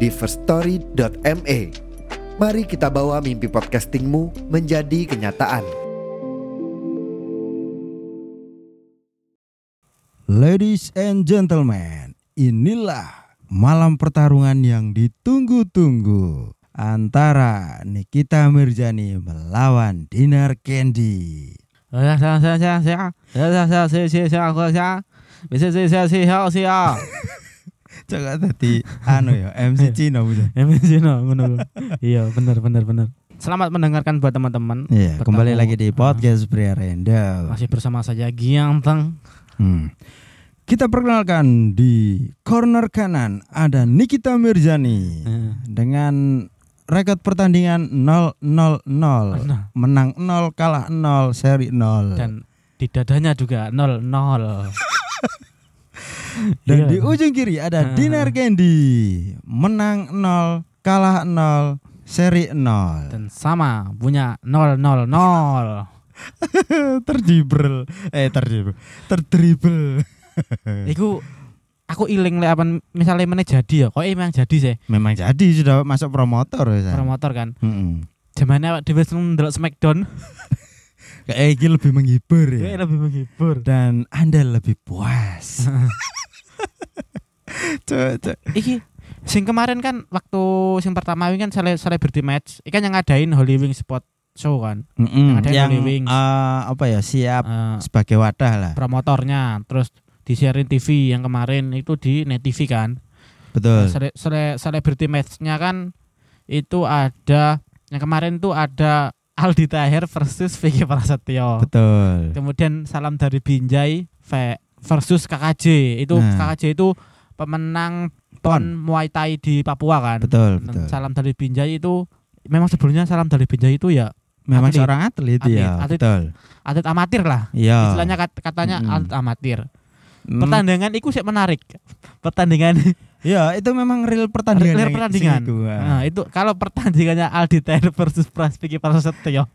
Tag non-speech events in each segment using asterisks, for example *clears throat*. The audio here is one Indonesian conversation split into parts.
di firststory.me. Mari kita bawa mimpi podcastingmu menjadi kenyataan. Ladies and gentlemen, inilah malam pertarungan yang ditunggu-tunggu antara Nikita Mirzani melawan Dinar Candy. Coba tadi anu ya MC Cina bisa. MC no, ngono ku. Iya, bener bener bener. Selamat mendengarkan buat teman-teman. Iya, kembali Bertemu. lagi di podcast Pria Random. Masih bersama saya Gianteng. Hmm. Kita perkenalkan di corner kanan ada Nikita Mirzani Iya. dengan rekod pertandingan 0-0-0, Nah. menang 0, kalah 0, seri 0. Dan di dadanya juga 00. Dan Iya. di ujung kiri ada Dinar Candy. Menang 0, kalah 0, seri 0. Dan sama punya 000. *laughs* terdribel. Eh terdribel. Terdribel. Iku aku iling lek apan misalnya meneh jadi ya. Kok emang jadi sih Memang jadi sudah masuk promotor ya. San. promotor kan. Mm-mm. Jamane awak dhewe seneng ndelok Smackdown. Kayak iki lebih menghibur ya. Kayak lebih menghibur. dan Anda lebih puas. *laughs* Cuk, cuk. Iki sing kemarin kan waktu sing pertama ini kan sele selebriti match, ikan yang ngadain Holy Wings spot show kan. Mm-mm, ada yang Holy Wings. eh, apa ya siap Eh, sebagai wadah lah. promotornya terus disiarin TV yang kemarin itu di Net TV kan. Betul. Sele sele selebriti matchnya kan itu ada yang kemarin tuh ada Aldi Tahir versus Vicky Prasetyo. Betul. Kemudian salam dari Binjai ve- versus KKJ. Itu Nah. KKJ itu pemenang pon Pon. Muay Thai di Papua kan. Betul, Dan betul. Salam dari Binjai itu memang sebelumnya salam dari Binjai itu ya Memang atlet. seorang atlet, ya. Atlet, atlet. Betul. atlet amatir lah. Iya. Istilahnya kat- katanya Mm-mm. atlet amatir. Mm, Pertandingan itu sih menarik. Pertandingan Iya, itu memang real pertandingan. real yang- pertandingan. sing iku, ah. Nah, itu kalau pertandingannya Aldi Taher versus Praspiki *laughs* Prasetyo.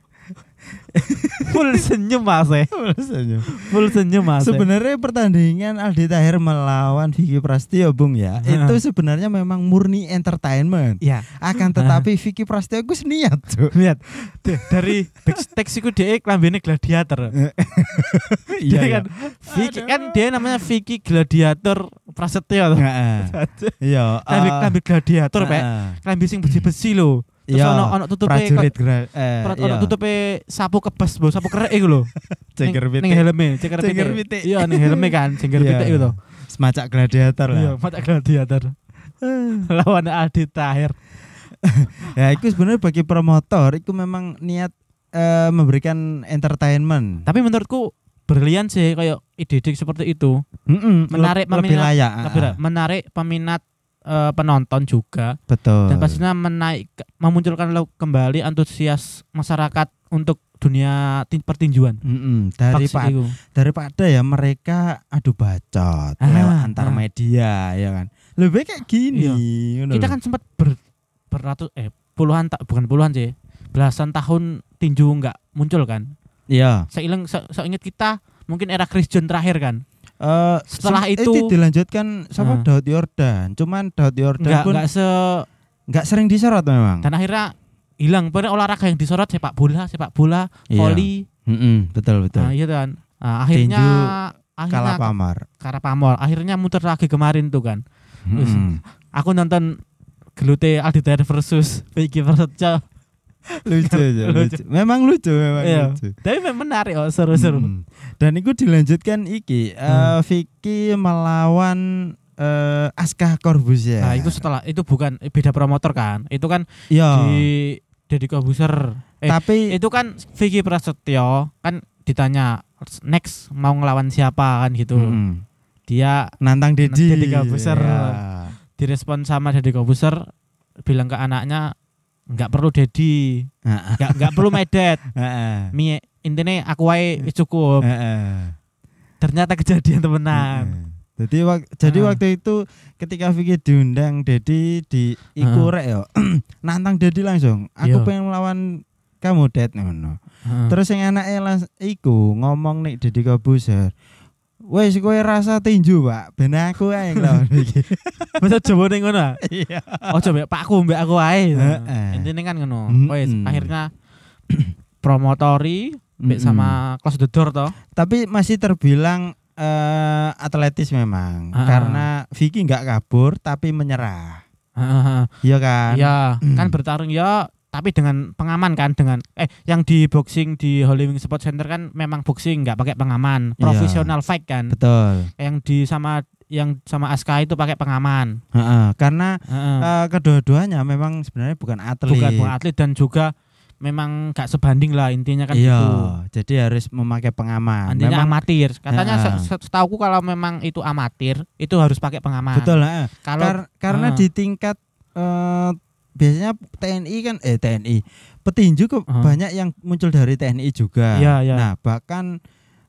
full senyum Mas. eh. Rasanya. Full senyum Mas. eh. Sebenarnya pertandingan Aldi Tahir melawan Vicky Prasetyo, Bung ya. Nah. Itu sebenarnya memang murni entertainment. Iya. Akan tetapi Vicky Prasetyo gue niat, Cuk. *laughs* Lihat D- dari backstage iku dia kelambine gladiator. Iya, Dia kan Vicky Aduh. kan dia namanya Vicky Gladiator Prasetyo. tuh. Iya. Klambi eh, klambi gladiator, Pak. heeh. Klambi sing besi-besi lho. Terus Iya, ono ono tutupe prajurit gra- eh, Perat iya. ono tutupe sapu kebas, bos, sapu *laughs* kerek iku lho. Ceger Ning- pitik. Ning helme, ceker Ceker pitik. pitik. Iya, ning helme kan, ceker Iya. pitik iku to. semacam gladiator lah. Iya, mata *sighs* gladiator. Lawan Aldi Tahir. Ya, itu sebenarnya bagi promotor itu memang niat eh, memberikan entertainment. Tapi menurutku berlian sih kayak ide-ide seperti itu. Mm-mm, menarik, leb- lebih meminat- layak. Tapi ah, ah. menarik peminat eh, penonton juga Betul. dan pastinya menaik memunculkan lo- kembali antusias masyarakat untuk dunia tin- pertinjuan. Mm-mm, dari Vaksin pa- iku. daripada ya mereka adu bacot Ah, lewat antar ah. media ya kan. Lebih kayak gini. ngono Kita lho. kan sempat ber, beratus eh puluhan tak bukan puluhan sih. Belasan tahun tinju nggak muncul kan. iya. Seiling se- seingat kita mungkin era Christian terakhir kan. Eh, Setelah sem- itu- eh, dilanjutkan sama Ah. Daud Yordan. Cuman Daud Yordan Nggak pun nggak Kan se nggak sering disorot memang. dan akhirnya hilang. Pokoknya olahraga yang disorot sepak bola, sepak bola, Iya. voli, Mm-mm, betul betul. nah, iya kan. Nah, akhirnya Tinju akhirnya Kalah pamar. Karapamol akhirnya muter lagi kemarin tuh kan Mm-mm. *laughs* aku nonton gelute Aldi Taher versus Vicky Prasetyo *laughs* lucu, ya, lucu. Memang lucu, memang Iya. lucu. tapi memang menarik oh seru-seru Mm. Dan itu dilanjutkan iki eh, Hmm. Vicky melawan eh, Askah Corbuzier. nah itu setelah itu bukan beda promotor kan itu kan Iya. di Deddy Corbuzier eh, Tapi itu kan Vicky Prasetyo kan ditanya next mau ngelawan siapa kan gitu Mm-mm. dia Hmm. nantang Dedi. Deddy Corbuzier. Iya. direspon sama Deddy Corbuzier bilang ke anaknya nggak perlu dedi Heeh. nggak nggak perlu *laughs* medet Heeh. mie intinya aku wae wis cukup Heeh. ternyata kejadian temenan Heeh. Jadi wak- jadi Heeh. waktu itu ketika Vicky diundang Dedi di iku rek yo. *clears throat* Nantang Dedi langsung. Aku Iya. pengen melawan kamu Ded ngono. Heeh. Terus yang anaknya las- iku ngomong nih Dedi Kobuser. Wes kowe rasa tinju, Pak. Ben aku ae *laughs* nglawan iki. masa Jawa ning ngono ah? Iya. ojo mbak pakku mbak aku ae Heeh. intinya kan ngono Mm-mm. Wes, akhirnya *clears throat* promotori mbek Mm-mm. sama close the door *clears throat* toh tapi masih terbilang eh, atletis memang Ah. karena Vicky nggak kabur tapi menyerah. Heeh. Iya kan? ya kan bertarung ya tapi dengan pengaman kan dengan eh yang di boxing di Holy Wing Sport Center kan memang boxing nggak pakai Iya. pengaman profesional fight kan Betul. yang di sama yang sama Aska itu pakai pengaman Heeh, karena Heeh. eh, kedua-duanya memang sebenarnya bukan atlet. bukan bukan atlet dan juga memang nggak sebanding lah intinya kan Iya, gitu jadi harus memakai pengaman. Intinya memang amatir katanya Heeh. se- se- setauku kalau memang itu amatir itu harus pakai pengaman betul heeh. kalau Kar- karena ah. di tingkat eh, biasanya TNI kan eh TNI petinju ke Ah. banyak yang muncul dari TNI juga. Iya, iya. Nah bahkan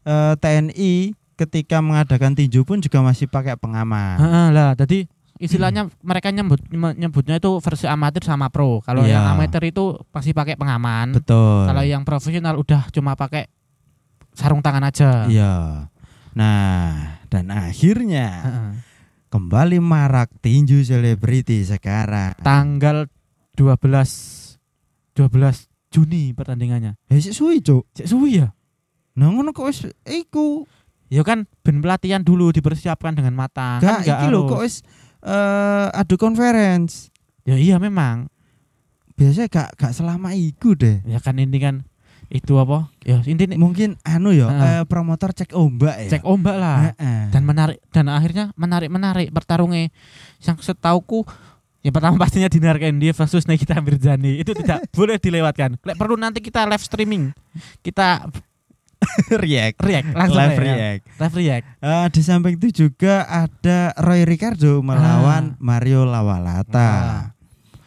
eh, TNI ketika mengadakan tinju pun juga masih pakai pengaman. Heeh lah jadi istilahnya Hmm. mereka nyebut nyebutnya itu versi amatir sama pro kalau Iya. yang amatir itu pasti pakai pengaman Betul. kalau yang profesional udah cuma pakai sarung tangan aja Iya. Nah dan akhirnya Heeh. kembali marak tinju selebriti sekarang. tanggal 12 12 Juni pertandingannya Eh sik suwi cuk. Cek suwi ya Nah ngono kok wis iku. Ya kan ben pelatihan dulu dipersiapkan dengan matang. Gak Kan iki lho harus. kok wis eh, adu conference. Ya iya memang. Biasanya gak gak selama iku deh. Ya kan ini kan itu apa? Ya intinya mungkin anu ya Heeh. eh, promotor cek ombak ya cek ombak lah. Heeh. Dan menarik dan akhirnya menarik-menarik pertarungnya. Yang setauku yang pertama pastinya Dinar Kendi versus Nikita Mirzani itu *laughs* tidak boleh dilewatkan. Lek perlu nanti kita live streaming. Kita *laughs* react react langsung live aja ya. react Live react. Eh, di samping itu juga ada Roy Ricardo melawan Mario Ah. Lawalata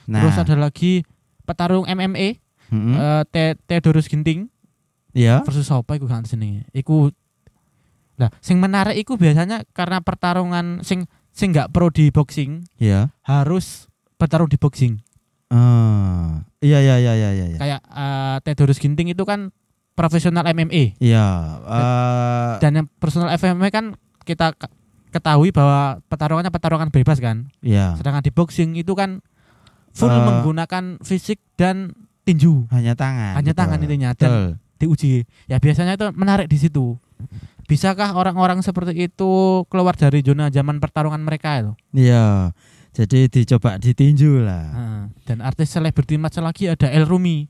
nah Hmm? Terus ada lagi petarung MMA mm-mm, eh, Te- Theodorus Ginting ya versus apa iku kan jenenge. Iku Lah, sing menarik iku biasanya karena pertarungan sing sing nggak pro di boxing ya harus bertarung di boxing. Eh, iya iya iya iya iya iya Kayak eh, Theodorus Ginting itu kan profesional MMA Iya, eh, dan yang personal MMA kan kita k- ketahui bahwa pertarungannya pertarungan bebas kan. iya. Sedangkan di boxing itu kan full Eh. menggunakan fisik dan tinju, hanya tangan hanya betul. tangan intinya dan Nah, gitu. betul diuji. Ya biasanya itu menarik di situ. Bisakah orang-orang seperti itu keluar dari zona zaman pertarungan mereka itu? iya jadi dicoba ditinju lah Heeh. Nah, Dan artis selebriti macam lagi ada El Rumi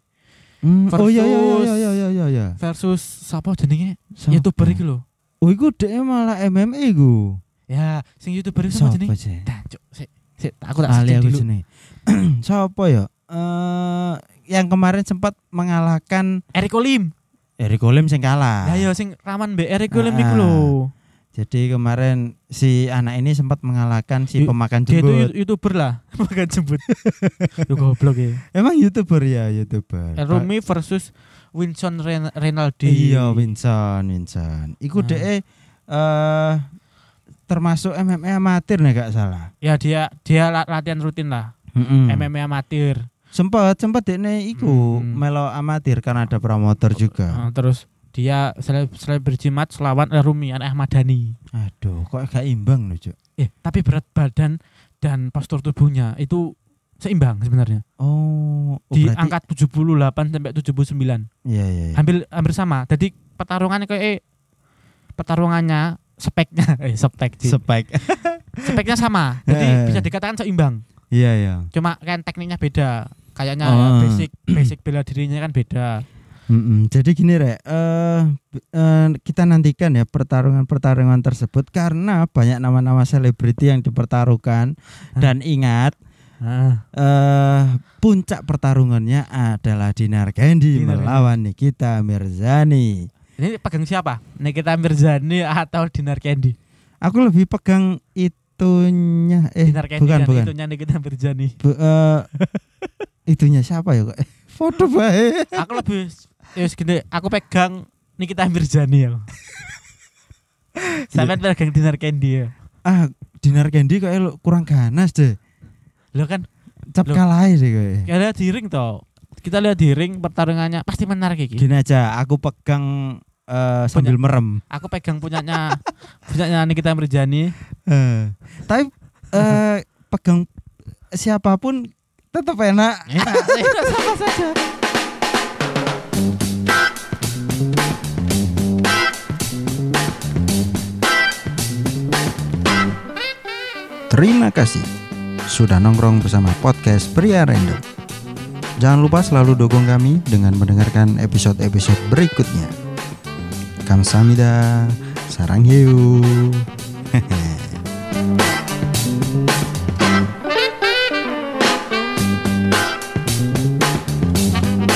Hmm, oh iya iya iya versus- iya iya iya iya versus siapa jenenge? Sopo? YouTuber iki lho. oh iku dhek malah MMA iku Ya, sing YouTuber itu Sopo siapa jenenge? sih? Dan cuk, sik, sik, aku Ali tak searching aku dulu. jenenge. *clears throat* Sopo ya? Eh yang kemarin sempat mengalahkan Eric Olim. Eric Golem sing kalah. Ya yo sing raman mbek Eric Olim Ah. iku lho. Jadi kemarin si anak ini sempat mengalahkan si Yu- pemakan Dia itu jembut. YouTuber lah, *laughs* bukan *laughs* jembut. Yo goblok ya. Emang YouTuber ya, YouTuber. El Eh, Rumi versus Winston Ren- Renaldi. Iya, Winston, Winston. Iku Ah. dhek eh termasuk MMA amatir nih gak salah. Ya dia dia la- latihan rutin lah. Mm-mm. MMA amatir. Sempat sempat dekne iku Mm. melo amatir karena ada promotor juga. Nah, terus dia sele- selebriti match lawan El Rumi anak Ahmad Dhani. Aduh, kok gak imbang loh, Cuk. Eh, tapi berat badan dan postur tubuhnya itu seimbang sebenarnya. Oh, oh, Di berarti- angka 78 sampai 79. Iya, iya. iya. Hampir hampir sama. Jadi pertarungannya kayak eh, pertarungannya speknya *laughs* eh spek sih. Spike. speknya sama. Jadi Eh. bisa dikatakan seimbang. Iya ya. Cuma kan tekniknya beda. Kayaknya Oh. basic basic bela dirinya kan beda. Jadi gini rek, eh, b- eh, kita nantikan ya pertarungan-pertarungan tersebut karena banyak nama-nama selebriti yang dipertaruhkan Hah? dan ingat Ah. Nah, eh puncak pertarungannya adalah Dinar Kendi Dinar Kendi. melawan Nikita Mirzani. ini pegang siapa? Nikita Mirzani atau Dinar Kendi? Aku lebih pegang itu itunya eh Dinar Candy bukan dan bukan. itunya Nikita Mirzani. Bu, eh, *laughs* itunya siapa ya kok? Foto bae. aku lebih ya wis gede, aku pegang Nikita Mirzani ya. *laughs* Sampai Iya. pegang Dinar Candy ya. Ah, Dinar Candy kok elok kurang ganas deh. Lo kan Cap Loh. kalah sih kok. kita lihat di ring toh. Kita lihat di ring pertarungannya pasti menarik iki. Gini aja, aku pegang eh, sambil merem. Aku pegang punyanya punyanya Nikita Mirzani. Eh, tapi eh, pegang siapapun tetap enak. Enak, enak sama saja. Terima kasih sudah nongkrong bersama podcast Pria Random. Jangan lupa selalu dukung kami dengan mendengarkan episode-episode berikutnya. Kamsahamnida, sarang hiu.